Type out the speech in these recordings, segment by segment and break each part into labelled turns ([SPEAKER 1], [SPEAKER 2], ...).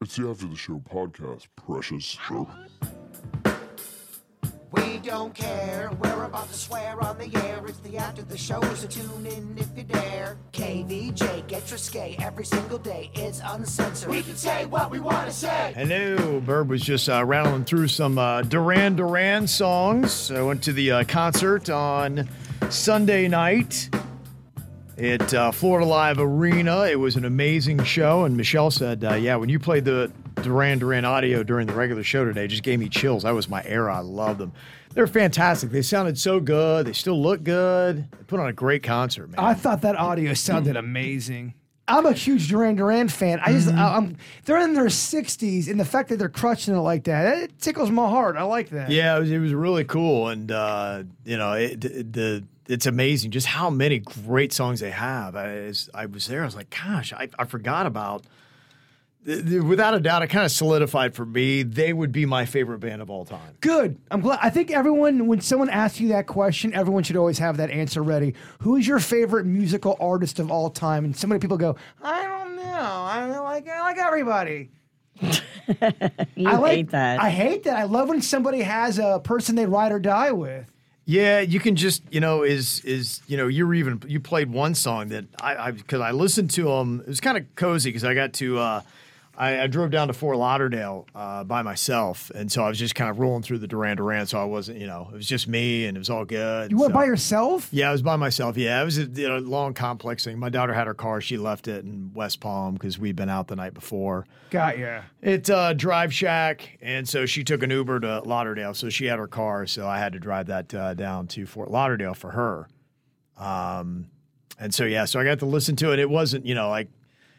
[SPEAKER 1] It's the After the Show podcast, precious.
[SPEAKER 2] We don't care. We're about to swear on the air. It's the after the show, so tune in if you dare. KVJ, get your skate every single day. It's uncensored. We can say what we want to say.
[SPEAKER 3] Hello, Bird was just uh, rattling through some uh, Duran Duran songs. I went to the uh, concert on Sunday night at uh, Florida Live Arena. It was an amazing show, and Michelle said, uh, "Yeah, when you played the Duran Duran audio during the regular show today, it just gave me chills. That was my era. I love them. They're fantastic. They sounded so good. They still look good. They put on a great concert, man.
[SPEAKER 4] I thought that audio sounded amazing. Mm-hmm. I'm a huge Duran Duran fan. I just, I, am they're in their 60s, and the fact that they're crutching it like that, it tickles my heart. I like that.
[SPEAKER 3] Yeah, it was, it was really cool, and uh, you know, it, it- the it's amazing just how many great songs they have. I, as I was there, I was like, gosh, I, I forgot about. th- th- Without a doubt, it kind of solidified for me. They would be my favorite band of all time.
[SPEAKER 4] Good. I'm glad. I think everyone, when someone asks you that question, everyone should always have that answer ready. Who is your favorite musical artist of all time? And so many people go, I don't know. I don't like. I like everybody.
[SPEAKER 5] You
[SPEAKER 4] I like
[SPEAKER 5] hate that.
[SPEAKER 4] I hate that. I love when somebody has a person they ride or die with.
[SPEAKER 3] Yeah, you can just you know is is you know you're even you played one song that I because I, listened to them. It was kind of cozy because I got to uh, I, I drove down to Fort Lauderdale uh, by myself, and so I was just kind of rolling through the Duran Duran. So I wasn't you know it was just me, and it was all good.
[SPEAKER 4] You went
[SPEAKER 3] so-
[SPEAKER 4] by yourself?
[SPEAKER 3] Yeah, I was by myself. Yeah, it was a you know, long complex thing. My daughter had her car; she left it in West Palm because we'd been out the night before.
[SPEAKER 4] Got ya.
[SPEAKER 3] It's uh, Drive Shack, and so she took an Uber to Lauderdale. So she had her car, so I had to drive that uh, down to Fort Lauderdale for her. Um, and so yeah, so I got to listen to it. It wasn't, you know, like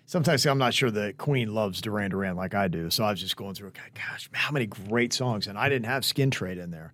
[SPEAKER 3] sometimes I'm not sure that Queen loves Duran Duran like I do. So I was just going through, God, gosh, how many great songs, and I didn't have Skin Trade in there,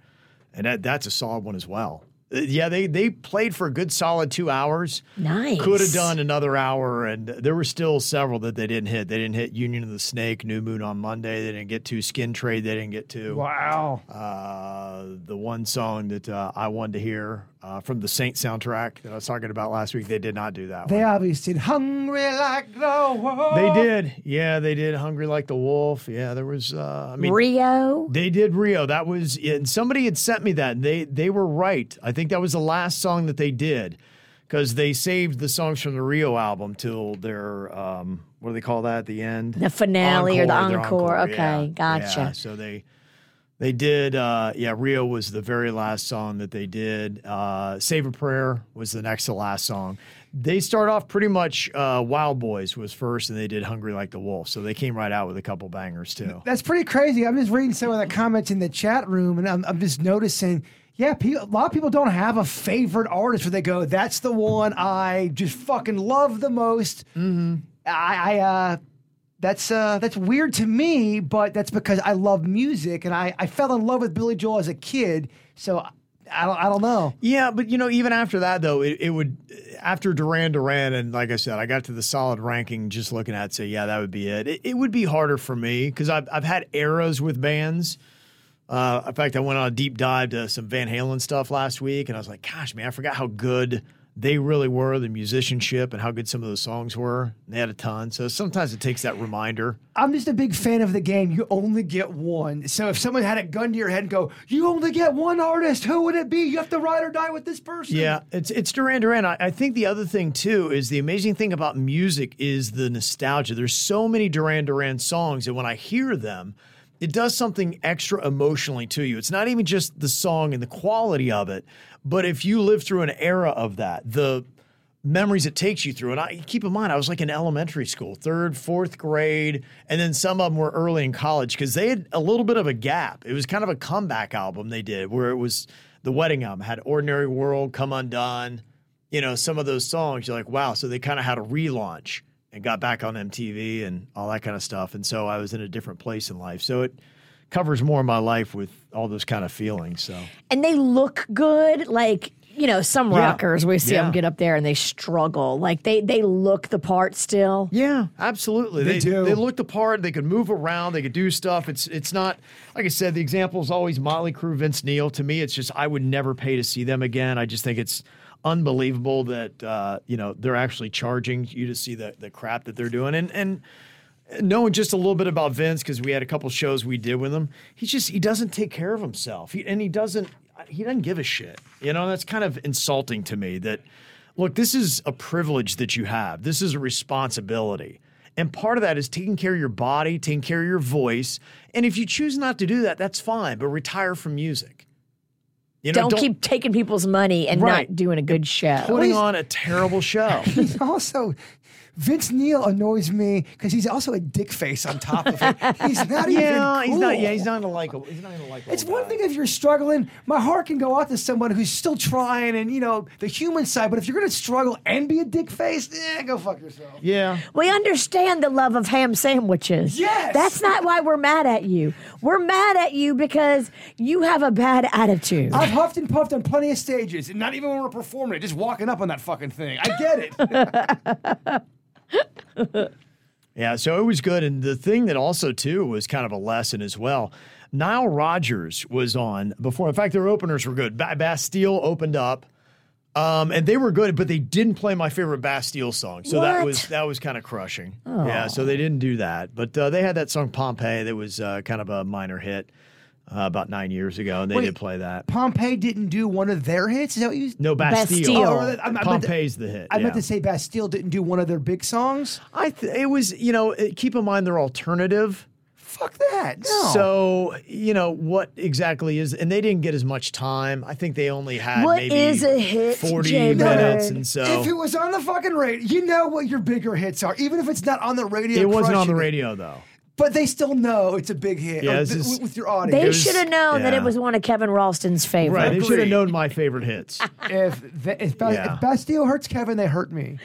[SPEAKER 3] and that, that's a solid one as well. Uh, Yeah, they they played for a good solid two hours.
[SPEAKER 5] nice.
[SPEAKER 3] Could have done another hour, and there were still several that they didn't hit. They didn't hit Union of the Snake, New Moon on Monday. They didn't get to Skin Trade. They didn't get to
[SPEAKER 4] Wow.
[SPEAKER 3] uh, the one song that uh, I wanted to hear uh, from the Saint soundtrack that I was talking about last week. They did not do that.
[SPEAKER 4] They
[SPEAKER 3] one.
[SPEAKER 4] obviously did hungry like the wolf.
[SPEAKER 3] They did. Yeah, they did. Hungry like the wolf. Yeah, there was. Uh, I mean,
[SPEAKER 5] Rio.
[SPEAKER 3] they did Rio. That was and somebody had sent me that. And they they were right. I think that was the last song that they did because they saved the songs from the Rio album till their um what do they call that at the end?
[SPEAKER 5] The finale or the
[SPEAKER 3] their
[SPEAKER 5] encore. Okay, gotcha.
[SPEAKER 3] Yeah, So they they did uh yeah, Rio was the very last song that they did. Uh Save a Prayer was the next to last song. They start off pretty much uh Wild Boys was first and they did Hungry Like the Wolf. So they came right out with a couple bangers too.
[SPEAKER 4] That's pretty crazy. I'm just reading some of the comments in the chat room, and I'm, I'm just noticing, yeah, pe- a lot of people don't have a favorite artist where they go, that's the one I just fucking love the most. Mm-hmm. I, I uh, that's uh, that's weird to me, but that's because I love music, and I, I fell in love with Billy Joel as a kid, so I, I, don't, I don't know.
[SPEAKER 3] Yeah, but you know, even after that though, it, it would after Duran Duran and like I said, I got to the solid ranking just looking at it, say, yeah, that would be it. It, it would be harder for me because I've I've had eras with bands. Uh, in fact, I went on a deep dive to some Van Halen stuff last week, and I was like, gosh, man, I forgot how good they really were the musicianship and how good some of those songs were. They had a ton. So sometimes it takes that reminder.
[SPEAKER 4] I'm just a big fan of the game. You only get one. So if someone had a gun to your head and go, you only get one artist, who would it be? You have to ride or die with this person.
[SPEAKER 3] Yeah, it's it's Duran Duran. I, I think the other thing too is the amazing thing about music is the nostalgia. There's so many Duran Duran songs, and when I hear them, it does something extra emotionally to you. It's not even just the song and the quality of it, but if you live through an era of that, the memories it takes you through. And I keep in mind, I was like in elementary school, third, fourth grade, and then some of them were early in college because they had a little bit of a gap. It was kind of a comeback album they did where it was the wedding album had Ordinary World, Come Undone, you know, some of those songs. You're like, wow. So they kind of had a relaunch and got back on MTV and all that kind of stuff. And so I was in a different place in life. So it covers more of my life with all those kind of feelings. So
[SPEAKER 5] and they look good. Like you know, some
[SPEAKER 3] Yeah.
[SPEAKER 5] rockers we see
[SPEAKER 3] Yeah.
[SPEAKER 5] them get up there and they struggle. Like they they look the part still.
[SPEAKER 3] Yeah, absolutely. They,
[SPEAKER 4] do.
[SPEAKER 3] They looked apart. They could move around. They could do stuff. It's it's not like I said. The example is always Motley Crue, Vince Neil. To me, it's just I would never pay to see them again. I just think it's unbelievable that uh, you know they're actually charging you to see the the crap that they're doing. And and knowing just a little bit about Vince because we had a couple shows we did with him. He just he doesn't take care of himself. He, and he doesn't he doesn't give a shit. You know, that's kind of insulting to me that look, this is a privilege that you have. This is a responsibility. And part of that is taking care of your body, taking care of your voice. And if you choose not to do that, that's fine, but retire from music. You know,
[SPEAKER 5] don't, keep taking people's money and
[SPEAKER 3] Right.
[SPEAKER 5] not doing a good show.
[SPEAKER 3] putting on a terrible show.
[SPEAKER 4] He's also Vince Neil annoys me because he's also a dick face on top of it. He's not
[SPEAKER 3] yeah,
[SPEAKER 4] even
[SPEAKER 3] he's not
[SPEAKER 4] cool.
[SPEAKER 3] yeah, he's not gonna like he's not gonna like
[SPEAKER 4] It's one thing if you're struggling. My heart can go out to someone who's still trying, and you know the human side. But if you're gonna struggle and be a dick face, eh, go fuck yourself.
[SPEAKER 3] Yeah.
[SPEAKER 5] We understand the love of ham sandwiches.
[SPEAKER 4] Yes!
[SPEAKER 5] That's not why we're mad at you. We're mad at you because you have a bad
[SPEAKER 3] Oh,
[SPEAKER 5] attitude.
[SPEAKER 4] I've huffed and puffed on plenty of stages, and not even when we're performing it, just walking up on that fucking thing. I get it.
[SPEAKER 3] Yeah, so it was good. And the thing that also too was kind of a lesson as well. Nile Rodgers was on before. In fact, their openers were good. Ba- Bastille opened up, um, and they were good, but they didn't play my favorite Bastille song. So that
[SPEAKER 5] What?
[SPEAKER 3] was that was kind of crushing. Yeah, so they didn't do that. But uh, they had that song Pompeii that was uh, kind of a minor hit uh, about nine years ago, and they
[SPEAKER 4] Wait.
[SPEAKER 3] did play that.
[SPEAKER 4] Pompeii didn't do one of their hits. Is that what you?
[SPEAKER 3] No, Bastille.
[SPEAKER 5] Bastille. Oh, I
[SPEAKER 4] meant- I meant to-
[SPEAKER 3] Pompeii's the hit.
[SPEAKER 4] I meant
[SPEAKER 3] yeah.
[SPEAKER 4] to say Bastille didn't do one of their big songs.
[SPEAKER 3] I th- it was you know it- keep in mind they're alternative.
[SPEAKER 4] Fuck that. No.
[SPEAKER 3] So, you know, what exactly is, and they didn't get as much time. I think they only had
[SPEAKER 5] What
[SPEAKER 3] maybe
[SPEAKER 5] is a hit,
[SPEAKER 3] 40
[SPEAKER 5] Jay
[SPEAKER 3] minutes.
[SPEAKER 5] Bird?
[SPEAKER 3] And
[SPEAKER 4] If it
[SPEAKER 3] so
[SPEAKER 4] was on the fucking radio, you know what your bigger hits are, even if it's not on the radio.
[SPEAKER 3] it wasn't on the
[SPEAKER 4] crushing it.
[SPEAKER 3] radio, though.
[SPEAKER 4] but they still know it's a big hit
[SPEAKER 3] Yeah,
[SPEAKER 4] or
[SPEAKER 3] this
[SPEAKER 4] th-
[SPEAKER 3] is-
[SPEAKER 4] with- with your audience.
[SPEAKER 5] they
[SPEAKER 3] was-
[SPEAKER 5] should have known that
[SPEAKER 3] yeah.
[SPEAKER 5] it was one of Kevin Ralston's favorites.
[SPEAKER 3] Right. They should have
[SPEAKER 4] Agreed.
[SPEAKER 3] known my favorite hits.
[SPEAKER 4] if, the, if, Bas-
[SPEAKER 3] Yeah.
[SPEAKER 4] if Bastille hurts Kevin, they hurt me.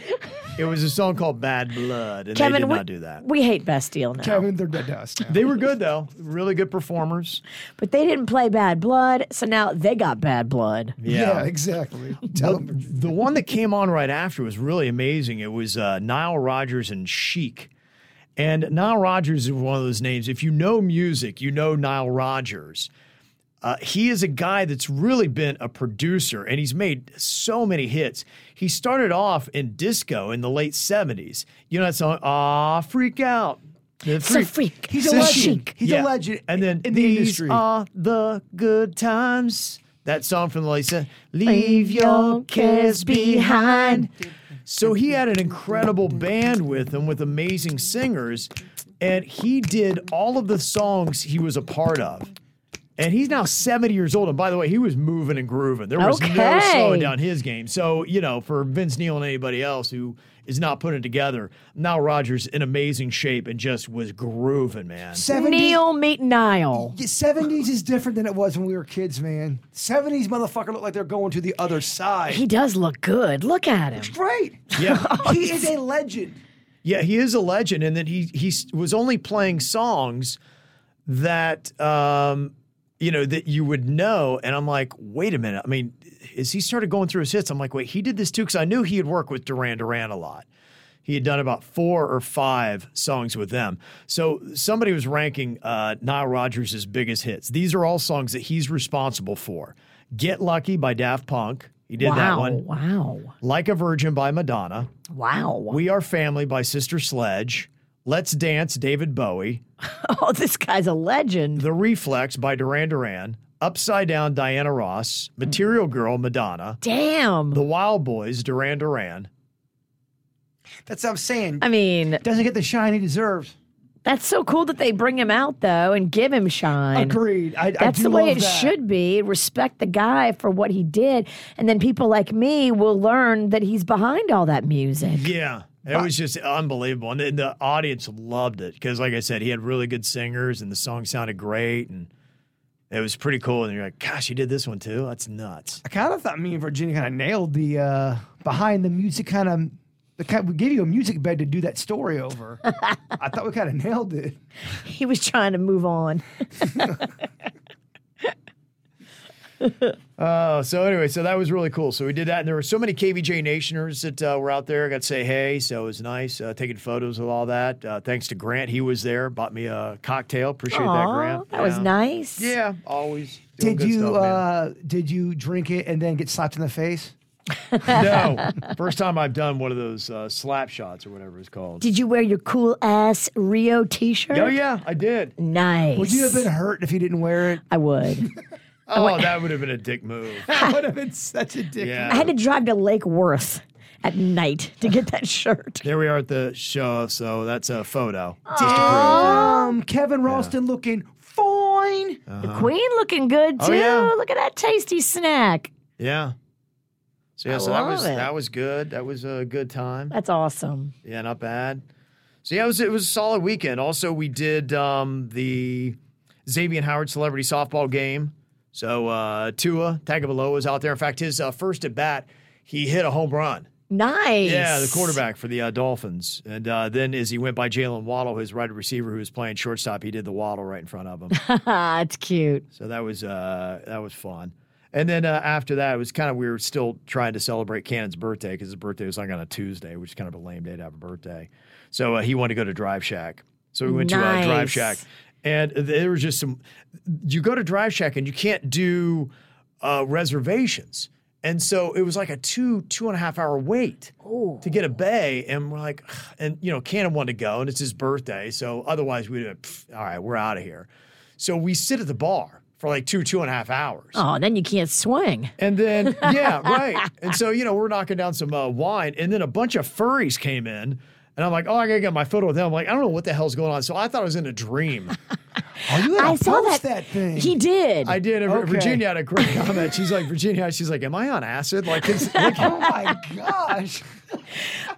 [SPEAKER 3] it was a song called Bad Blood, and they
[SPEAKER 5] Kevin,
[SPEAKER 3] did
[SPEAKER 5] we,
[SPEAKER 3] not do that.
[SPEAKER 5] we hate Bastille now.
[SPEAKER 4] Kevin, they're dead dust. now.
[SPEAKER 3] They were good, though. Really good performers.
[SPEAKER 5] But they didn't play Bad Blood, so now they got Bad Blood.
[SPEAKER 4] yeah. exactly. Tell
[SPEAKER 3] Well,
[SPEAKER 4] them.
[SPEAKER 3] the one that came on right after was really amazing. It was uh, Nile Rodgers and Chic. And Nile Rodgers is one of those names. If you know music, you know Nile Rodgers. Uh, he is a guy that's really been a producer and he's made so many hits. He started off in disco in the late 70s. You know that song, Ah, Freak Out. The
[SPEAKER 5] So freak.
[SPEAKER 4] He's a
[SPEAKER 5] so
[SPEAKER 4] legend.
[SPEAKER 5] chic.
[SPEAKER 4] He's a legend
[SPEAKER 3] And then
[SPEAKER 4] in the
[SPEAKER 3] these
[SPEAKER 4] industry.
[SPEAKER 3] are the good times. That song from the late se- Leave your cares behind. So he had an incredible band with him with amazing singers, and he did all of the songs he was a part of. And he's now 70 years old. And by the way, he was moving and grooving. There was no
[SPEAKER 5] Okay.
[SPEAKER 3] slowing down his game. So, you know, for Vince Neil and anybody else who is not putting it together, now Rogers in amazing shape and just was grooving, man.
[SPEAKER 4] 70s,
[SPEAKER 5] Neil meet Nile.
[SPEAKER 4] Yeah, 70s is different than it was when we were kids, man. 70s motherfucker look like they're going to the other side.
[SPEAKER 5] He does look good. Look at him.
[SPEAKER 4] Great.
[SPEAKER 3] Yeah.
[SPEAKER 4] he is a legend.
[SPEAKER 3] Yeah, he is a legend, and that he he s- was only playing songs that um, you know that you would know. And I'm like, wait a minute. I mean, as he started going through his hits, I'm like, wait, he did this too, because I knew he had worked with Duran Duran a lot. He had done about four or five songs with them. So somebody was ranking uh, Nile Rodgers' biggest hits. These are all songs that he's responsible for. Get Lucky by Daft Punk. He did
[SPEAKER 5] wow.
[SPEAKER 3] that one.
[SPEAKER 5] Wow.
[SPEAKER 3] Like a Virgin by Madonna.
[SPEAKER 5] Wow.
[SPEAKER 3] We Are Family by Sister Sledge. Let's Dance, David Bowie.
[SPEAKER 5] oh, this guy's a legend.
[SPEAKER 3] The Reflex by Duran Duran. Upside Down, Diana Ross. Material Girl, Madonna.
[SPEAKER 5] Damn.
[SPEAKER 3] The Wild Boys, Duran Duran.
[SPEAKER 4] That's what I'm saying.
[SPEAKER 5] I mean,
[SPEAKER 4] Doesn't get the shine he deserves.
[SPEAKER 5] that's so cool that they bring him out though and give him shine.
[SPEAKER 4] Agreed. I,
[SPEAKER 5] That's
[SPEAKER 4] I do
[SPEAKER 5] the way
[SPEAKER 4] love
[SPEAKER 5] it
[SPEAKER 4] that.
[SPEAKER 5] should be. Respect the guy for what he did. And then people like me will learn that he's behind all that music.
[SPEAKER 3] Yeah. It was just unbelievable. And the, the audience loved it because, like I said, he had really good singers and the song sounded great. And it was pretty cool. And you're like, gosh, he did this one too? That's nuts.
[SPEAKER 4] I kind of thought me and Virginia kind of nailed the uh, behind the music kind of. The kind, we gave you a music bed to do that story over. I thought we kind of nailed it.
[SPEAKER 5] He was trying to move on.
[SPEAKER 3] Oh, so anyway, so that was really cool. So we did that, and there were so many KVJ Nationers that uh, were out there. I got to say hey, so it was nice uh, taking photos of all that. Uh, thanks to Grant, he was there, bought me a cocktail. Appreciate that,
[SPEAKER 5] Aw,
[SPEAKER 3] Grant.
[SPEAKER 5] that was
[SPEAKER 3] Yeah.
[SPEAKER 5] nice.
[SPEAKER 3] Yeah, always. doing
[SPEAKER 4] Did
[SPEAKER 3] good
[SPEAKER 4] you
[SPEAKER 3] stuff, man.
[SPEAKER 4] uh, did you drink it and then get slapped in the face?
[SPEAKER 5] uh,
[SPEAKER 3] No, first time I've done one of those uh, slap shots or whatever it's called.
[SPEAKER 5] Did you wear your cool ass Rio t shirt?
[SPEAKER 3] Oh yeah, I did.
[SPEAKER 5] Nice.
[SPEAKER 4] Would you have been hurt if you didn't wear it?
[SPEAKER 5] I would.
[SPEAKER 3] Oh, that would have been a dick move.
[SPEAKER 4] That would have been such a dick.
[SPEAKER 3] Yeah.
[SPEAKER 5] I had to drive to Lake Worth at night to get that shirt.
[SPEAKER 3] There we are at the show, so that's a photo.
[SPEAKER 4] Um, Kevin Ralston looking fine.
[SPEAKER 3] Uh,
[SPEAKER 5] The queen looking good
[SPEAKER 3] Uh-huh.
[SPEAKER 5] too.
[SPEAKER 3] Oh, yeah.
[SPEAKER 5] Look at that tasty snack.
[SPEAKER 3] Yeah. So yeah,
[SPEAKER 5] I
[SPEAKER 3] so that
[SPEAKER 5] love
[SPEAKER 3] was
[SPEAKER 5] it.
[SPEAKER 3] that was good. That was a good time.
[SPEAKER 5] That's awesome.
[SPEAKER 3] Yeah, not bad. So yeah, it was it was a solid weekend. Also, we did um, the Xavier Howard celebrity softball game. So uh, Tua Tagovailoa was out there. In fact, his uh, first at bat, he hit a home run.
[SPEAKER 5] Nice.
[SPEAKER 3] Yeah, the quarterback for the uh, Dolphins. And uh, then as he went by Jalen Waddle, his right receiver who was playing shortstop, he did the Waddle right in front of him.
[SPEAKER 5] it's cute.
[SPEAKER 3] So that was uh, that was fun. And then uh, after that, it was kind of we were still trying to celebrate Cannon's birthday because his birthday was like on a Tuesday, which is kind of a lame day to have a birthday. So uh, he wanted to go to Drive Shack. So we went to uh, Drive
[SPEAKER 5] Nice.
[SPEAKER 3] Shack, and there was just some. You go to Drive Shack and you can't do uh, reservations, and so it was like a two two and a half hour wait to get a bay. And we're like, "Ugh." and you know, Cannon wanted to go, and it's his birthday, so otherwise we'd have, "Pff, all right, we're out of here. So we sit at the bar for like two, two and a half hours.
[SPEAKER 5] Oh, then you can't swing.
[SPEAKER 3] And then, yeah, right. And so, you know, we're knocking down some uh, wine. And then a bunch of furries came in. And I'm like, oh, I got to get my photo with them. I'm like, I don't know what the hell's going on. So I thought I was in a dream.
[SPEAKER 4] Oh, you had
[SPEAKER 5] I
[SPEAKER 4] to
[SPEAKER 5] saw
[SPEAKER 4] post
[SPEAKER 5] that.
[SPEAKER 4] thing.
[SPEAKER 5] He did.
[SPEAKER 3] I did. And
[SPEAKER 4] Okay.
[SPEAKER 3] Virginia had a great comment. She's like, Virginia, she's like, am I on acid? Like, it's, like
[SPEAKER 4] oh my gosh.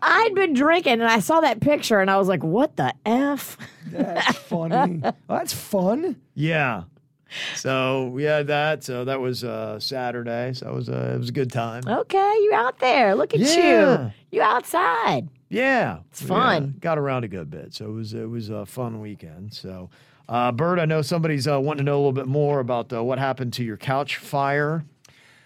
[SPEAKER 5] I'd been drinking and I saw that picture and I was like, what the F?
[SPEAKER 4] That's funny. Well, that's fun.
[SPEAKER 3] yeah. So we had that. So that was uh, Saturday. So it was, uh, it was a good time.
[SPEAKER 5] Okay, you're out there. Look at
[SPEAKER 3] Yeah.
[SPEAKER 5] you. You outside.
[SPEAKER 3] Yeah, it's
[SPEAKER 5] fun.
[SPEAKER 3] got around a good bit, so it was it was a fun weekend. So, uh, Bert, I know somebody's uh, wanting to know a little bit more about uh, what happened to your couch fire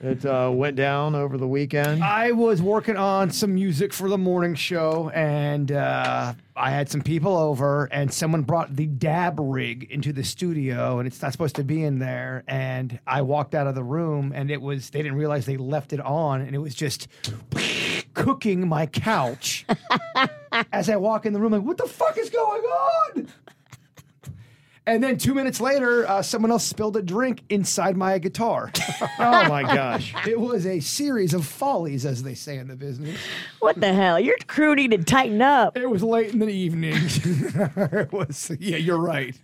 [SPEAKER 3] that uh, went down over the weekend.
[SPEAKER 4] I was working on some music for the morning show, and uh, I had some people over, and someone brought the dab rig into the studio, and it's not supposed to be in there. And I walked out of the room, and it was they didn't realize they left it on, and it was just cooking my couch. As I walk in the room, like, what the fuck is going on? And then two minutes later, uh, someone else spilled a drink inside my guitar.
[SPEAKER 3] oh my gosh!
[SPEAKER 4] It was a series of follies, as they say in the business.
[SPEAKER 5] What the hell? Your crew need to tighten up.
[SPEAKER 4] It was late in the evening. it was, yeah, you're right.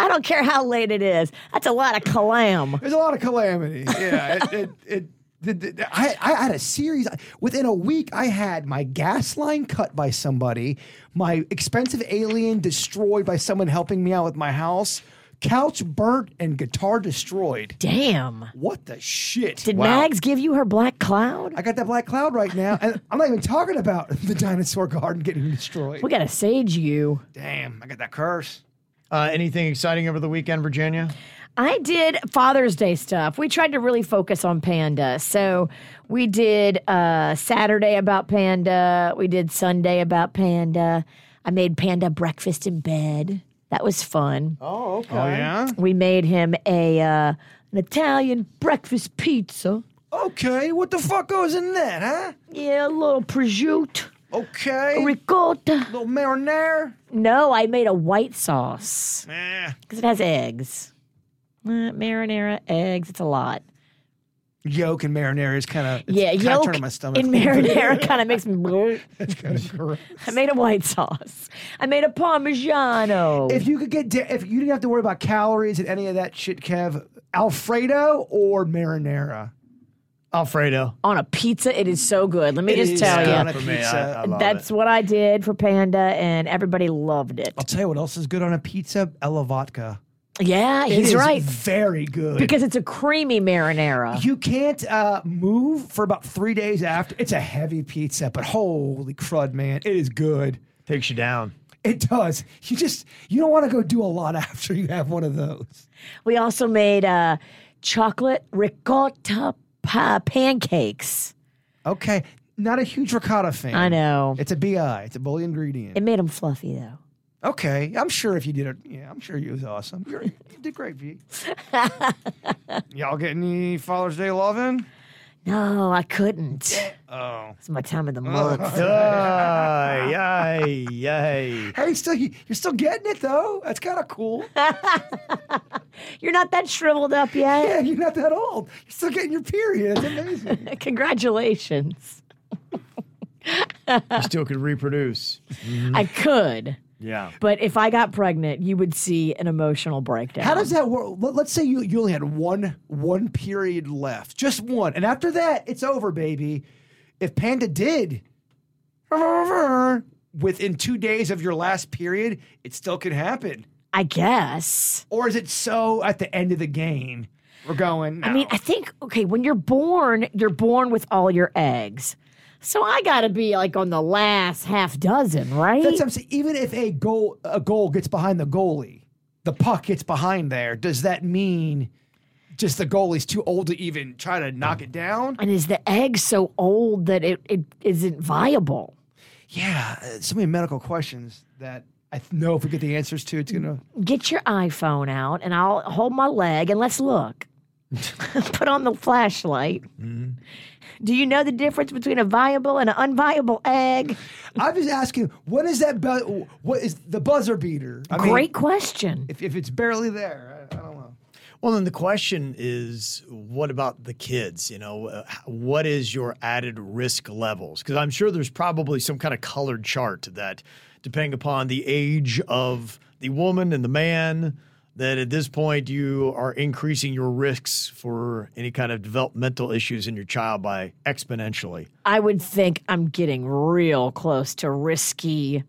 [SPEAKER 5] I don't care how late it is. That's a lot of clam.
[SPEAKER 4] There's a lot of calamity. Yeah, it. it, it did- did- I, I had a series within a week. I had my gas line cut by somebody, my expensive alien destroyed by someone helping me out with my house, couch burnt, and guitar destroyed.
[SPEAKER 5] Damn.
[SPEAKER 4] What the shit?
[SPEAKER 5] Did Mags give you her black cloud?
[SPEAKER 4] I got that black cloud right now, and I'm not even talking about the dinosaur garden getting destroyed.
[SPEAKER 5] we got to sage you.
[SPEAKER 4] Damn, I got that curse.
[SPEAKER 3] Uh, anything exciting over the weekend, Virginia?
[SPEAKER 5] I did Father's Day stuff. We tried to really focus on Panda. So we did uh, Saturday about Panda. We did Sunday about Panda. I made Panda breakfast in bed. That was fun.
[SPEAKER 3] Oh, okay. Oh yeah.
[SPEAKER 5] We made him a uh, an Italian breakfast pizza.
[SPEAKER 4] Okay, what the fuck goes in that, huh?
[SPEAKER 5] Yeah, a little prosciutto,
[SPEAKER 4] Okay.
[SPEAKER 5] ricotta.
[SPEAKER 4] little marinara.
[SPEAKER 5] No, I made a white sauce
[SPEAKER 3] Eh,
[SPEAKER 5] because it has eggs. Uh, marinara, eggs, it's a lot.
[SPEAKER 4] Yolk and marinara is kind of
[SPEAKER 5] yeah, yolk
[SPEAKER 4] turning my stomach.
[SPEAKER 5] in marinara kind of makes me.
[SPEAKER 4] marinara.
[SPEAKER 5] I made a white sauce. I made a Parmigiano.
[SPEAKER 4] if you could get, da- if you didn't have to worry about calories and any of that shit, Kev, Alfredo or marinara?
[SPEAKER 3] Alfredo.
[SPEAKER 5] on a pizza. It is so good. Let me just tell
[SPEAKER 3] good
[SPEAKER 5] you.
[SPEAKER 3] on a pizza. I love
[SPEAKER 5] That's what I did for Panda, and everybody loved it.
[SPEAKER 4] I'll tell you what else is good on a pizza: Elevatka.
[SPEAKER 5] Yeah,
[SPEAKER 4] It
[SPEAKER 5] he's
[SPEAKER 4] is
[SPEAKER 5] right.
[SPEAKER 4] Very good.
[SPEAKER 5] Because it's a creamy marinara.
[SPEAKER 4] you can't uh, move for about three days after. It's a heavy pizza, but holy crud, man, it is good.
[SPEAKER 3] Takes you down.
[SPEAKER 4] It does. You just you don't want to go do a lot after you have one of those.
[SPEAKER 5] We also made uh, chocolate ricotta pa- pancakes.
[SPEAKER 4] Okay, not a huge ricotta fan.
[SPEAKER 5] I know.
[SPEAKER 4] It's a bi. It's a bully ingredient.
[SPEAKER 5] It made them fluffy, though.
[SPEAKER 4] okay, I'm sure if you did it, yeah, I'm sure you was awesome. You're, you did great, V. Y'all get any Father's Day love in?
[SPEAKER 5] No, I couldn't.
[SPEAKER 4] Oh,
[SPEAKER 5] It's my time of the month.
[SPEAKER 3] Uh, yay, yay.
[SPEAKER 4] hey, still you, you're still getting it though. That's kind of cool.
[SPEAKER 5] You're not that shriveled up yet.
[SPEAKER 4] yeah, you're not that old. You're still getting your period. That's amazing.
[SPEAKER 5] Congratulations.
[SPEAKER 3] You still could reproduce.
[SPEAKER 5] I could.
[SPEAKER 3] Yeah.
[SPEAKER 5] But if I got pregnant, you would see an emotional breakdown.
[SPEAKER 4] How does that work? Let, us say you, you only had one one period left, just one, and after that, it's over, baby. If Panda did within two days of your last period, it still could happen.
[SPEAKER 5] I guess.
[SPEAKER 4] Or is it so at the end of the game? We're going.
[SPEAKER 5] I mean,
[SPEAKER 4] no.
[SPEAKER 5] I think okay, when you're born, you're born with all your eggs. So I got to be like on the last half dozen, right?
[SPEAKER 4] that's what I'm saying. Even if a goal a goal gets behind the goalie, the puck gets behind there. Does that mean just the goalie's too old to even try to knock it down?
[SPEAKER 5] and is the egg so old that it, it isn't viable?
[SPEAKER 4] Yeah, uh, so many medical questions that I th- know if we get the answers to, it's gonna.
[SPEAKER 5] Get your iPhone out and I'll hold my leg and let's look. Put on the flashlight.
[SPEAKER 4] Mm-hmm.
[SPEAKER 5] Do you know the difference between a viable and an unviable egg?
[SPEAKER 4] I'm just asking, what is that? Bu- what is the buzzer beater? I mean,
[SPEAKER 5] Great question.
[SPEAKER 4] if, if it's barely there, I, I don't know.
[SPEAKER 3] Well, then the question is, what about the kids? You know, uh, what is your added risk levels? Because I'm sure there's probably some kind of colored chart that, depending upon the age of the woman and the man, that at this point you are increasing your risks for any kind of developmental issues in your child by exponentially.
[SPEAKER 5] I would think I'm getting real close to risky,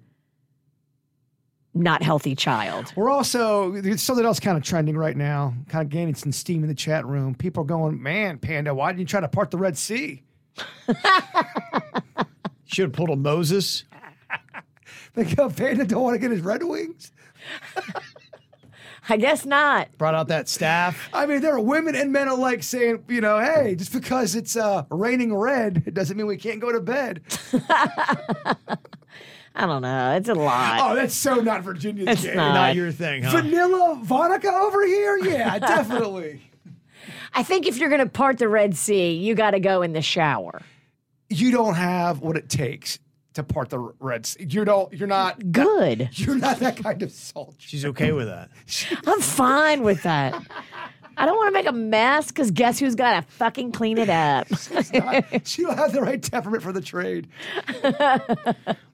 [SPEAKER 5] not healthy child.
[SPEAKER 4] We're also there's something else kind of trending right now, kind of gaining some steam in the chat room. People are going, man, Panda, why didn't you try to part the Red Sea?
[SPEAKER 3] Should have pulled a Moses.
[SPEAKER 4] They go, Panda don't want to get his Red Wings.
[SPEAKER 5] I guess not.
[SPEAKER 3] Brought out that staff.
[SPEAKER 4] I mean, there are women and men alike saying, you know, hey, just because it's uh, raining red, it doesn't mean we can't go to bed.
[SPEAKER 5] I don't know. It's a lot.
[SPEAKER 4] Oh, that's so not Virginia's
[SPEAKER 5] It's
[SPEAKER 4] game.
[SPEAKER 5] not.
[SPEAKER 6] Uh,
[SPEAKER 3] Not your thing, huh?
[SPEAKER 4] Vanilla Vonica over here? Yeah, definitely.
[SPEAKER 5] I think if you're going to part the Red Sea, you got to go in the shower.
[SPEAKER 4] You don't have what it takes to part the Reds. You don't. You're not.
[SPEAKER 5] Good.
[SPEAKER 4] You're not that kind of soldier.
[SPEAKER 3] She's okay with that.
[SPEAKER 5] I'm fine with that. I don't want to make a mess because guess who's got to fucking clean it up?
[SPEAKER 4] She don't have the right temperament for the trade.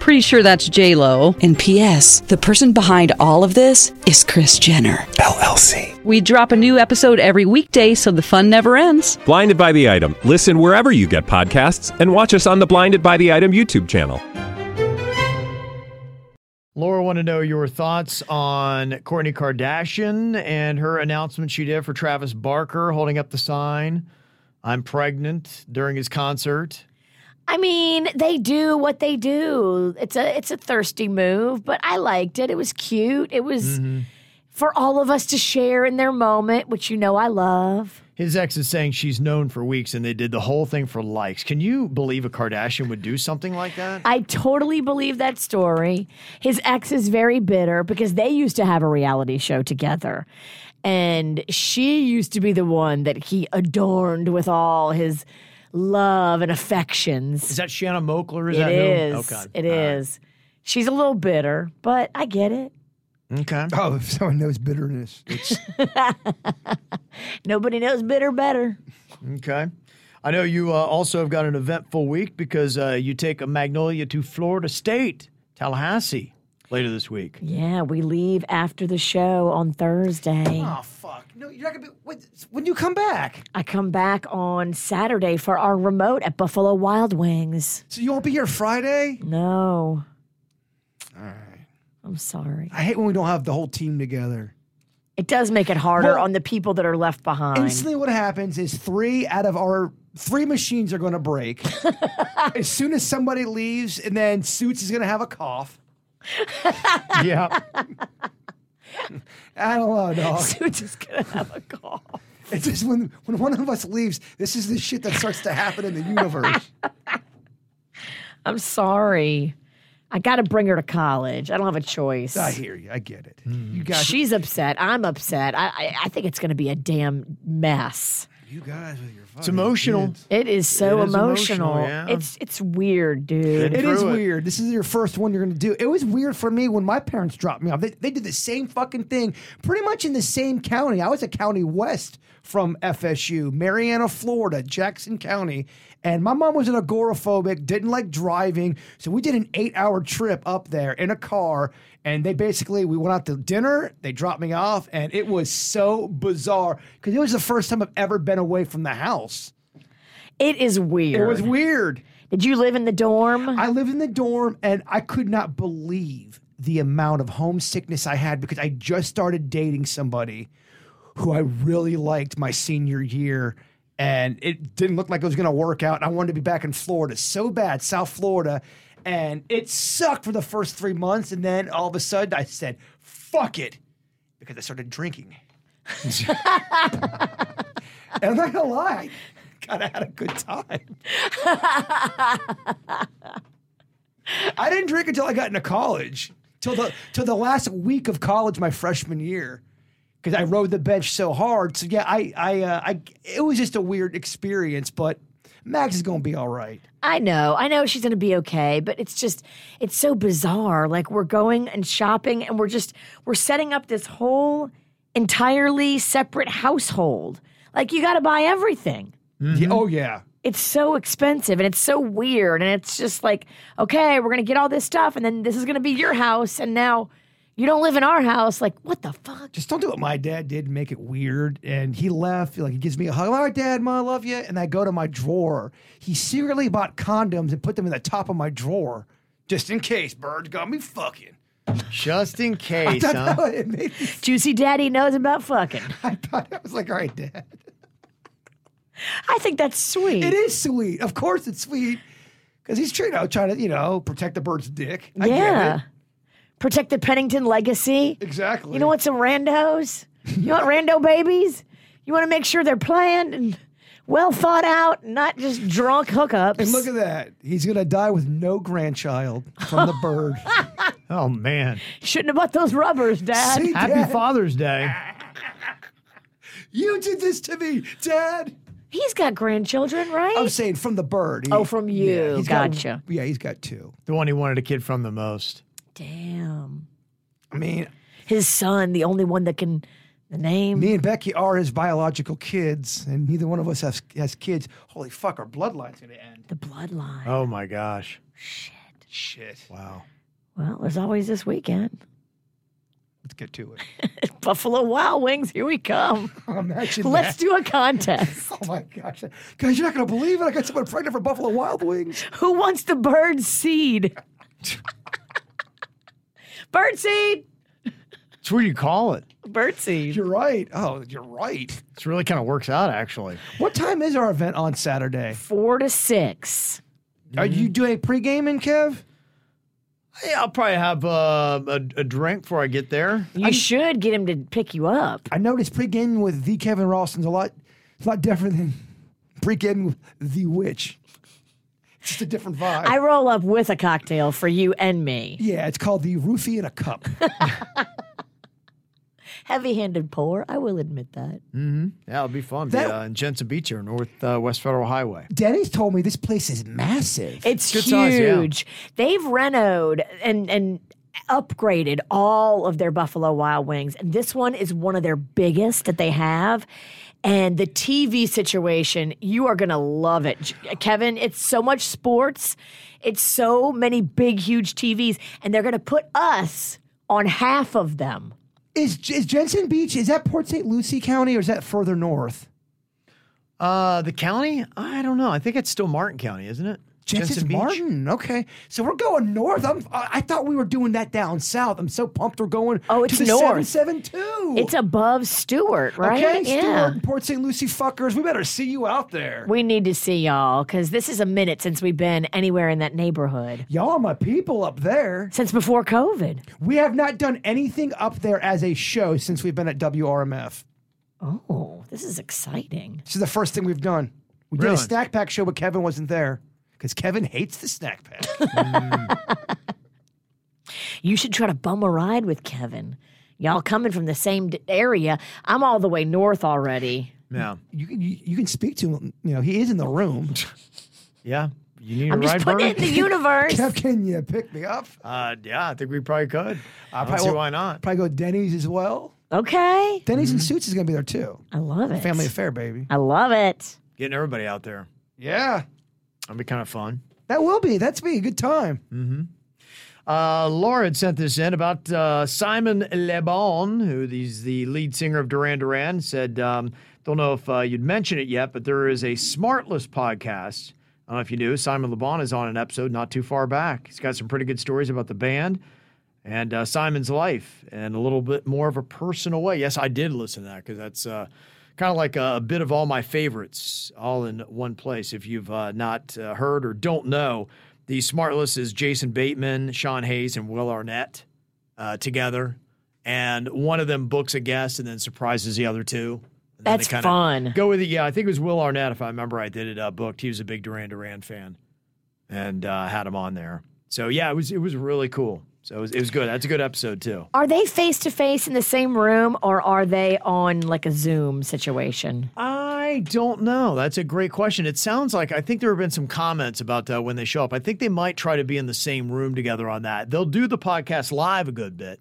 [SPEAKER 7] pretty sure that's J Lo.
[SPEAKER 8] And P.S. The person behind all of this is Chris Jenner.
[SPEAKER 6] LLC.
[SPEAKER 7] We drop a new episode every weekday, so the fun never ends.
[SPEAKER 6] Blinded by the Item. Listen wherever you get podcasts and watch us on the Blinded by the Item YouTube channel.
[SPEAKER 3] Laura want to know your thoughts on Kourtney Kardashian and her announcement she did for Travis Barker holding up the sign I'm pregnant during his concert.
[SPEAKER 5] I mean, they do what they do. It's a it's a thirsty move, but I liked it. It was cute. It was for all of us to share in their moment, which you know I love.
[SPEAKER 3] His ex is saying she's known for weeks and they did the whole thing for likes. Can you believe a Kardashian would do something like that?
[SPEAKER 5] I totally believe that story. His ex is very bitter because they used to have a reality show together. And she used to be the one that he adorned with all his love and affections.
[SPEAKER 3] Is that Shanna Mokler? Is
[SPEAKER 5] It
[SPEAKER 3] that
[SPEAKER 5] is.
[SPEAKER 3] who? Oh, God.
[SPEAKER 5] It
[SPEAKER 3] All right.
[SPEAKER 5] is. She's a little bitter, but I get it.
[SPEAKER 3] Okay.
[SPEAKER 4] Oh, if someone knows bitterness, it's
[SPEAKER 5] Nobody knows bitter better.
[SPEAKER 3] Okay. I know you uh, also have got an eventful week because uh, you take a Magnolia to Florida State, Tallahassee, later this week.
[SPEAKER 5] Yeah, we leave after the show on Thursday.
[SPEAKER 4] oh fuck. No, you're not gonna be. When, when you come back,
[SPEAKER 5] I come back on Saturday for our remote at Buffalo Wild Wings.
[SPEAKER 4] so you won't be here Friday.
[SPEAKER 5] No. All right. I'm sorry.
[SPEAKER 4] I hate when we don't have the whole team together.
[SPEAKER 5] It does make it harder
[SPEAKER 4] Well-
[SPEAKER 5] on the people that are left behind.
[SPEAKER 4] Instantly, what happens is three out of our three machines are going to break as soon as somebody leaves, and then Suits is going to have a cough.
[SPEAKER 3] yeah.
[SPEAKER 4] I don't know, dog.
[SPEAKER 5] We're just gonna have a call.
[SPEAKER 4] It's just when when one of us leaves, this is the shit that starts to happen in the universe.
[SPEAKER 5] I'm sorry. I got to bring her to college. I don't have a choice.
[SPEAKER 4] I hear you. I get it.
[SPEAKER 3] Mm.
[SPEAKER 4] You guys,
[SPEAKER 5] She's upset. I'm upset. I, I, I think it's going to be a damn mess.
[SPEAKER 4] you guys with your fucking
[SPEAKER 3] It's emotional.
[SPEAKER 4] kids.
[SPEAKER 5] It is so
[SPEAKER 3] It is
[SPEAKER 5] emotional.
[SPEAKER 3] emotional, yeah.
[SPEAKER 5] It's it's weird, dude.
[SPEAKER 3] It
[SPEAKER 4] It is
[SPEAKER 3] Through it.
[SPEAKER 4] weird. This is your first one you're going to do. It was weird for me when my parents dropped me off. They, they did the same fucking thing, pretty much in the same county. I was a county west from FSU, Marianna, Florida, Jackson County. And my mom was an agoraphobic, didn't like driving. So we did an eight hour trip up there in a car. And they basically, we went out to dinner, they dropped me off, and it was so bizarre because it was the first time I've ever been away from the house.
[SPEAKER 5] It is
[SPEAKER 4] It
[SPEAKER 5] weird.
[SPEAKER 4] was weird.
[SPEAKER 5] Did you live in the dorm?
[SPEAKER 4] I lived in the dorm and I could not believe the amount of homesickness I had because I just started dating somebody who I really liked my senior year. And it didn't look like it was going to work out. I wanted to be back in Florida so bad, South Florida. And it sucked for the first three months. And then all of a sudden I said, fuck it, because I started drinking. and I'm not going to lie, kind of had a good time. I didn't drink until I got into college, till the till the last week of college, my freshman year, because I rode the bench so hard. So yeah, I I uh, I it was just a weird experience, but Max is gonna be all right.
[SPEAKER 5] I know, I know she's gonna be okay, but it's just, it's so bizarre. Like we're going and shopping, and we're just, we're setting up this whole entirely separate household. Like you got to buy everything.
[SPEAKER 4] Yeah, oh yeah,
[SPEAKER 5] It's so expensive and it's so weird, and it's just like, okay, we're gonna get all this stuff, and then this is gonna be your house, and now you don't live in our house. Like what the fuck?
[SPEAKER 4] just don't do what my dad did and make it weird. And he left, like he gives me a hug. All right, Dad, Ma, I love you. And I go to my drawer. He secretly bought condoms and put them in the top of my drawer just in case birds got me fucking.
[SPEAKER 3] Just in case,
[SPEAKER 4] I
[SPEAKER 3] huh?
[SPEAKER 4] know, it made me,
[SPEAKER 5] Juicy Daddy knows about fucking.
[SPEAKER 4] I thought I was like, all right, Dad.
[SPEAKER 5] I think that's sweet.
[SPEAKER 4] It is sweet. Of course it's sweet. Because he's trying to, trying to, you know, protect the bird's dick. I get
[SPEAKER 5] yeah.
[SPEAKER 4] it.
[SPEAKER 5] Protect the Pennington legacy.
[SPEAKER 4] Exactly.
[SPEAKER 5] You know what? Some randos. You want rando babies? You want to make sure they're planned and well thought out, and not just drunk hookups.
[SPEAKER 4] And look at that. He's going to die with no grandchild from the bird.
[SPEAKER 3] Oh, man.
[SPEAKER 5] Shouldn't have bought those rubbers, Dad.
[SPEAKER 4] See,
[SPEAKER 3] Happy
[SPEAKER 4] Dad,
[SPEAKER 3] Father's Day.
[SPEAKER 4] you did this to me, Dad.
[SPEAKER 5] He's got grandchildren, right?
[SPEAKER 4] I'm saying from the bird. He-
[SPEAKER 5] Oh, from you.
[SPEAKER 4] he's
[SPEAKER 5] Gotcha.
[SPEAKER 4] Got, Oh, yeah, he's got two.
[SPEAKER 3] The one he wanted a kid from the most.
[SPEAKER 5] Damn.
[SPEAKER 4] I mean,
[SPEAKER 5] His son, the only one that can the name.
[SPEAKER 4] me and Becky are his biological kids, and neither one of us has, has kids. Holy fuck, our bloodline's going to end.
[SPEAKER 5] the bloodline.
[SPEAKER 3] Oh, my gosh.
[SPEAKER 9] Shit.
[SPEAKER 3] Wow.
[SPEAKER 5] Well, there's always this weekend.
[SPEAKER 9] Let's get to it.
[SPEAKER 5] Buffalo Wild Wings, here we come.
[SPEAKER 4] Imagine
[SPEAKER 5] Let's
[SPEAKER 4] that.
[SPEAKER 5] do a contest.
[SPEAKER 4] oh my gosh. Guys, you're not going to believe it. I got someone pregnant for Buffalo Wild Wings.
[SPEAKER 5] Who wants the bird seed? bird seed.
[SPEAKER 3] It's where you call it.
[SPEAKER 5] Birdseed.
[SPEAKER 4] You're right.
[SPEAKER 9] Oh, you're right.
[SPEAKER 3] It really kind of works out, actually.
[SPEAKER 4] What time is our event on Saturday?
[SPEAKER 5] Four to six.
[SPEAKER 4] Are you doing pre-gaming, Kev?
[SPEAKER 3] Yeah, I'll probably have uh, a, a drink before I get there.
[SPEAKER 5] You should get him to pick you up.
[SPEAKER 4] I noticed pre-gaming with the Kevin Ralston's a lot, it's a lot different than pre-gaming with the witch. It's just a different vibe.
[SPEAKER 5] I roll up with a cocktail for you and me.
[SPEAKER 4] yeah, it's called the roofie in a cup.
[SPEAKER 5] Heavy handed pour, I will admit that.
[SPEAKER 3] Mm-hmm. Yeah, it'll be fun.
[SPEAKER 4] That-
[SPEAKER 3] Be, uh, in Jensen Beach here, North uh, West Federal Highway.
[SPEAKER 4] Denny's told me this place is massive.
[SPEAKER 5] It's
[SPEAKER 3] Good
[SPEAKER 5] huge.
[SPEAKER 3] size, yeah.
[SPEAKER 5] They've renoed and and upgraded all of their Buffalo Wild Wings, and this one is one of their biggest that they have. And the TV situation, you are gonna love it, J- Kevin. It's so much sports. It's so many big, huge TVs, and they're gonna put us on half of them.
[SPEAKER 4] Is, is Jensen Beach, is that Port St. Lucie County or is that further north?
[SPEAKER 3] Uh, the county? I don't know. I think it's still Martin County, isn't it?
[SPEAKER 4] Jensen's
[SPEAKER 3] Beach?
[SPEAKER 4] Martin. Okay. So we're going north. I'm, I I thought we were doing that down south. I'm so pumped we're going
[SPEAKER 5] Oh,
[SPEAKER 4] to
[SPEAKER 5] it's
[SPEAKER 4] the
[SPEAKER 5] north.
[SPEAKER 4] 772.
[SPEAKER 5] It's above Stewart, right?
[SPEAKER 4] Okay,
[SPEAKER 5] yeah.
[SPEAKER 4] Stuart, Port St. Lucie fuckers, we better see you out there.
[SPEAKER 5] We need to see y'all because this is a minute since we've been anywhere in that neighborhood.
[SPEAKER 4] Y'all are my people up there.
[SPEAKER 5] Since before COVID.
[SPEAKER 4] We have not done anything up there as a show since we've been at WRMF.
[SPEAKER 5] Oh, this is exciting.
[SPEAKER 4] This is the first thing we've done. We
[SPEAKER 3] Really?
[SPEAKER 4] did a snack pack show, but Kevin wasn't there because Kevin hates the snack pack.
[SPEAKER 5] You should try to bum a ride with Kevin. Y'all coming from the same d- area. I'm all the way north already.
[SPEAKER 3] Yeah.
[SPEAKER 4] you, can- you, you can speak to him. You know, he is in the room.
[SPEAKER 3] Yeah. You need
[SPEAKER 5] I'm
[SPEAKER 3] a
[SPEAKER 5] just
[SPEAKER 3] ride,
[SPEAKER 5] putting
[SPEAKER 3] Bernie?
[SPEAKER 5] it in the universe.
[SPEAKER 4] Kev, can you pick me up?
[SPEAKER 3] Uh, yeah, I think we probably could. I don't
[SPEAKER 4] probably
[SPEAKER 3] see
[SPEAKER 4] will-
[SPEAKER 3] why not. Mm-hmm.
[SPEAKER 4] Probably go Denny's as well.
[SPEAKER 5] okay.
[SPEAKER 4] Denny's and Suits is going to be there too.
[SPEAKER 5] I love it.
[SPEAKER 4] Family affair, baby.
[SPEAKER 5] I love it.
[SPEAKER 3] Getting everybody out there.
[SPEAKER 4] Yeah.
[SPEAKER 3] That'd be kind of fun.
[SPEAKER 4] That will be. That's be a good time.
[SPEAKER 3] Mm-hmm. Uh, Laura had sent this in about uh, Simon Le Bon, who is the lead singer of Duran Duran, said, um, don't know if uh, you'd mentioned it yet, but there is a Smartless podcast. I don't know if you knew. Simon Le Bon is on an episode not too far back. He's got some pretty good stories about the band and uh, Simon's life and a little bit more of a personal way. Yes, I did listen to that because that's uh, kind of like a, a bit of all my favorites all in one place. If you've uh, not uh, heard or don't know, the smart list is Jason Bateman, Sean Hayes, and Will Arnett uh, together. And one of them books a guest and then surprises the other two. And then they
[SPEAKER 5] That's
[SPEAKER 3] kinda
[SPEAKER 5] fun.
[SPEAKER 3] Go with it. Yeah, I think it was Will Arnett, if I remember I did it uh, booked. He was a big Duran Duran fan and uh, had him on there. So yeah, it was it was really cool. So it was, it was good. That's a good episode too.
[SPEAKER 5] Are they face to face in the same room or are they on like a Zoom situation?
[SPEAKER 3] I don't know. That's a great question. It sounds like I think there have been some comments about uh, when they show up. I think they might try to be in the same room together on that. They'll do the podcast live a good bit,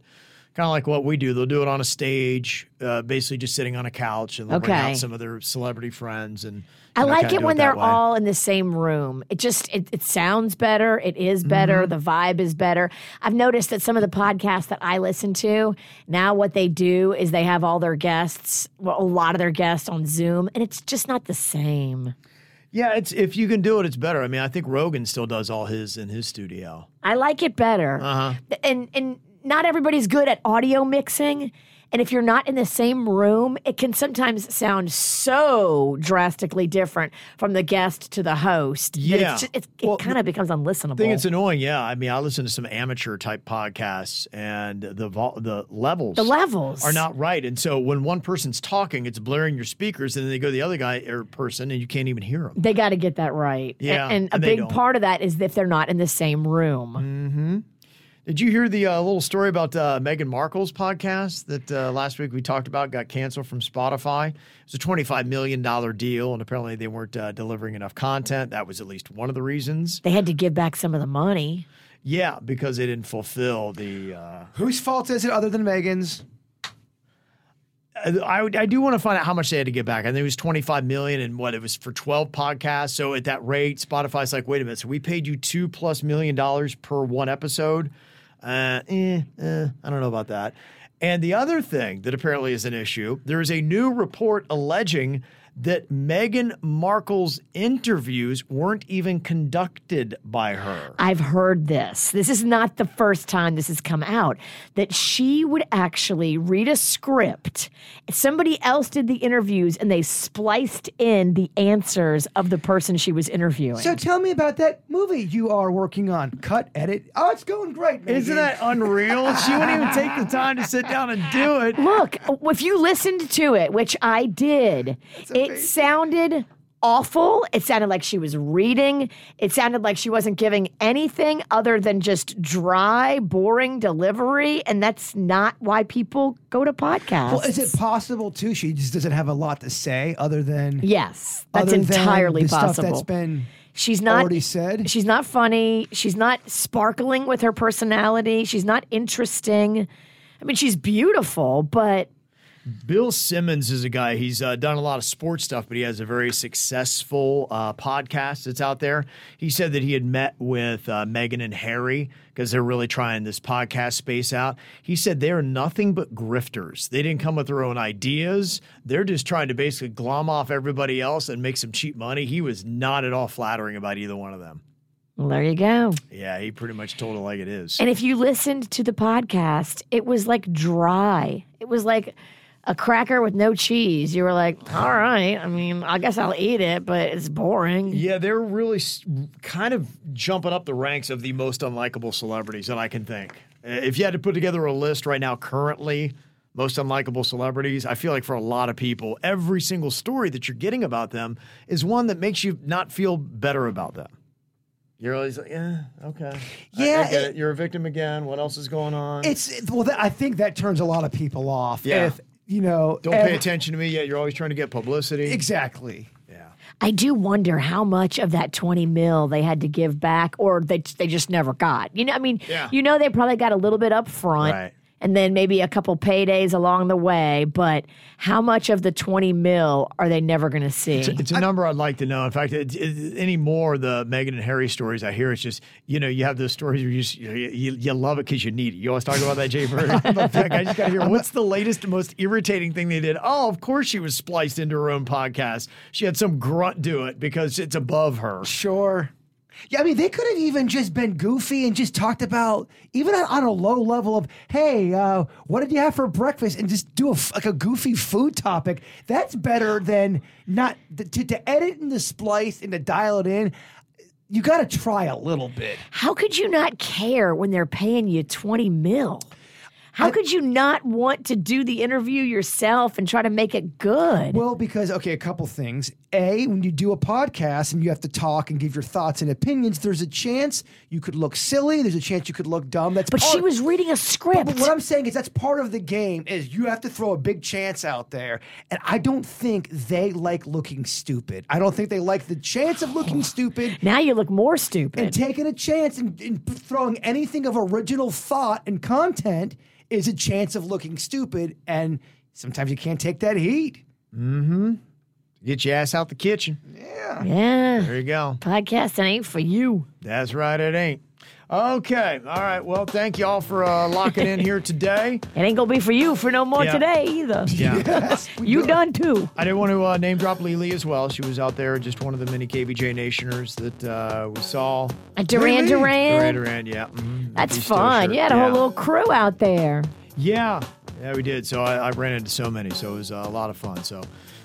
[SPEAKER 3] kind of like what we do. They'll do it on a stage, uh, basically just sitting on a couch, and they'll bring
[SPEAKER 5] Okay.
[SPEAKER 3] out some of their celebrity friends. And you
[SPEAKER 5] I
[SPEAKER 3] know,
[SPEAKER 5] like
[SPEAKER 3] kinda
[SPEAKER 5] it
[SPEAKER 3] do
[SPEAKER 5] when
[SPEAKER 3] that
[SPEAKER 5] they're
[SPEAKER 3] way.
[SPEAKER 5] all in the same room. It just it, it sounds better. It is better.
[SPEAKER 3] Mm-hmm.
[SPEAKER 5] The vibe is better. I've noticed that some of the podcasts that I listen to now, what they do is they have all their guests, well, a lot of their guests on Zoom, and it's just not the same.
[SPEAKER 3] Yeah, it's if you can do it, it's better. I mean, I think Rogan still does all his in his studio.
[SPEAKER 5] I like it better.
[SPEAKER 3] Uh-huh.
[SPEAKER 5] Th- And and not everybody's good at audio mixing. And if you're not in the same room, it can sometimes sound so drastically different from the guest to the host. that
[SPEAKER 3] Yeah.
[SPEAKER 5] it's just, it's,
[SPEAKER 3] Well,
[SPEAKER 5] it kind of becomes unlistenable.
[SPEAKER 3] I think it's annoying. Yeah, I mean, I listen to some amateur type podcasts, and the vol- the levels
[SPEAKER 5] the levels
[SPEAKER 3] are not right. And so when one person's talking, it's blaring your speakers, and then they go to the other guy or person, and you can't even hear them.
[SPEAKER 5] They got to get that right.
[SPEAKER 3] Yeah,
[SPEAKER 5] And, and a
[SPEAKER 3] and they
[SPEAKER 5] big
[SPEAKER 3] don't. Mm.
[SPEAKER 5] part of that is if they're not in the same room.
[SPEAKER 3] Did you hear the uh, little story about uh, Meghan Markle's podcast that uh, last week we talked about got canceled from Spotify? It was a $25 million deal, and apparently they weren't uh, delivering enough content. That was at least one of the reasons.
[SPEAKER 5] They had to give back some of the money.
[SPEAKER 3] Yeah, because they didn't fulfill the. Uh,
[SPEAKER 4] Whose fault is it other than Megan's?
[SPEAKER 3] I, would- I do want to find out how much they had to get back. I think it was 25 million and what it was for 12 podcasts. So at that rate, Spotify's like, wait a minute. So we paid you two plus million dollars per one episode. Uh, eh, eh, I don't know about that. And the other thing that apparently is an issue there is a new report alleging that Meghan Markle's interviews weren't even conducted by her.
[SPEAKER 5] I've heard this. This is not the first time this has come out that she would actually read a script. Somebody else did the interviews and they spliced in the answers of the person she was interviewing.
[SPEAKER 4] So tell me about that movie you are working on. Cut, edit. Oh, it's going great.
[SPEAKER 3] Isn't that unreal? she wouldn't even take the time to sit down and do it.
[SPEAKER 5] Look, if you listened to it, which I did, it sounded awful. It sounded like she was reading. It sounded like she wasn't giving anything other than just dry, boring delivery. And that's not why people go to podcasts.
[SPEAKER 4] Well, is it possible too? She just doesn't have a lot to say other than
[SPEAKER 5] Yes, that's
[SPEAKER 4] other than
[SPEAKER 5] entirely
[SPEAKER 4] the
[SPEAKER 5] possible.
[SPEAKER 4] Stuff that's been
[SPEAKER 5] She's not
[SPEAKER 4] already said.
[SPEAKER 5] She's not funny. She's not sparkling with her personality. She's not interesting. I mean, she's beautiful, but
[SPEAKER 3] Bill Simmons is a guy. He's uh, done a lot of sports stuff, but he has a very successful uh, podcast that's out there. He said that he had met with uh, Megan and Harry because they're really trying this podcast space out. He said they're nothing but grifters. They didn't come with their own ideas. They're just trying to basically glom off everybody else and make some cheap money. He was not at all flattering about either one of them.
[SPEAKER 5] well, there you go.
[SPEAKER 3] Yeah, he pretty much told it like it is.
[SPEAKER 5] And if you listened to the podcast, it was like dry. It was like a cracker with no cheese. You were like, all right, I mean, I guess I'll eat it, but it's boring.
[SPEAKER 3] Yeah, they're really s- kind of jumping up the ranks of the most unlikable celebrities that I can think. Uh, If you had to put together a list right now, currently, most unlikable celebrities, I feel like for a lot of people, every single story that you're getting about them is one that makes you not feel better about them. You're always like, yeah, okay. I- I,
[SPEAKER 4] Yeah,
[SPEAKER 3] get it. You're a victim again. What else is going on?
[SPEAKER 4] It's well, that, I think that turns a lot of people off.
[SPEAKER 3] Yeah.
[SPEAKER 4] If you know,
[SPEAKER 3] Don't
[SPEAKER 4] ev-
[SPEAKER 3] pay attention to me yet. You're always trying to get publicity.
[SPEAKER 4] Exactly.
[SPEAKER 5] I do wonder how much of that 20 mil they had to give back or they, they just never got. You know, I mean,
[SPEAKER 10] Yeah.
[SPEAKER 5] you know, they probably got a little bit up front
[SPEAKER 10] Right.
[SPEAKER 5] and then maybe a couple paydays along the way, but how much of the 20 mil are they never going to see?
[SPEAKER 3] It's, it's a number I'd like to know. In fact, it, it, any more of the Meghan and Harry stories I hear, it's just you know you have those stories where you just, you, you, you love it because you need it. You always talk about that, Jay Bird. I'm like, "Fuck, I just got to hear what's the latest, most irritating thing they did. Oh, of course she was spliced into her own podcast. She had some grunt do it because it's above her.
[SPEAKER 4] Sure. Yeah, I mean, they could have even just been goofy and just talked about even on, on a low level of, hey, uh, what did you have for breakfast? And just do a f like a goofy food topic. That's better than not th- to, to edit and to splice and to dial it in. You got to try a little bit.
[SPEAKER 5] How could you not care when they're paying you 20 mil? How could you not want to do the interview yourself and try to make it good?
[SPEAKER 4] Well, because okay, a couple things. A, when you do a podcast and you have to talk and give your thoughts and opinions, there's a chance you could look silly. There's a chance you could look dumb. That's
[SPEAKER 5] But she
[SPEAKER 4] part-
[SPEAKER 5] was reading a script.
[SPEAKER 4] oh, But what I'm saying is that's part of the game is you have to throw a big chance out there. And I don't think they like looking stupid. I don't think they like the chance of looking stupid.
[SPEAKER 5] Now you look more stupid.
[SPEAKER 4] And taking a chance and, and throwing anything of original thought and content is a chance of looking stupid. And sometimes you can't take that heat.
[SPEAKER 3] Mm-hmm. Get your ass out the kitchen. Yeah.
[SPEAKER 5] Yeah.
[SPEAKER 3] There you go.
[SPEAKER 5] Podcasting ain't for you.
[SPEAKER 3] That's right. It ain't. Okay. All right. Well, thank you all for uh, locking in here today.
[SPEAKER 5] It ain't gonna be for you for no more
[SPEAKER 3] Yeah.
[SPEAKER 5] today either.
[SPEAKER 3] Yeah.
[SPEAKER 5] you done too.
[SPEAKER 3] I did want to uh, name drop Lily as well. She was out there, just one of the many KBJ Nationers that uh, we saw.
[SPEAKER 5] Uh, Duran Lily? Duran?
[SPEAKER 3] Duran Duran, yeah. mhm.
[SPEAKER 5] That's
[SPEAKER 3] Beast
[SPEAKER 5] fun.
[SPEAKER 3] Ocean.
[SPEAKER 5] You had a
[SPEAKER 3] yeah.
[SPEAKER 5] whole little crew out there.
[SPEAKER 3] Yeah. Yeah, we did. So I, I ran into so many. So it was uh, a lot of fun. So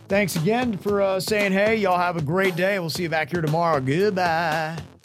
[SPEAKER 3] thanks again for uh, saying hey. Y'all have a great day. We'll see you back here tomorrow. Goodbye.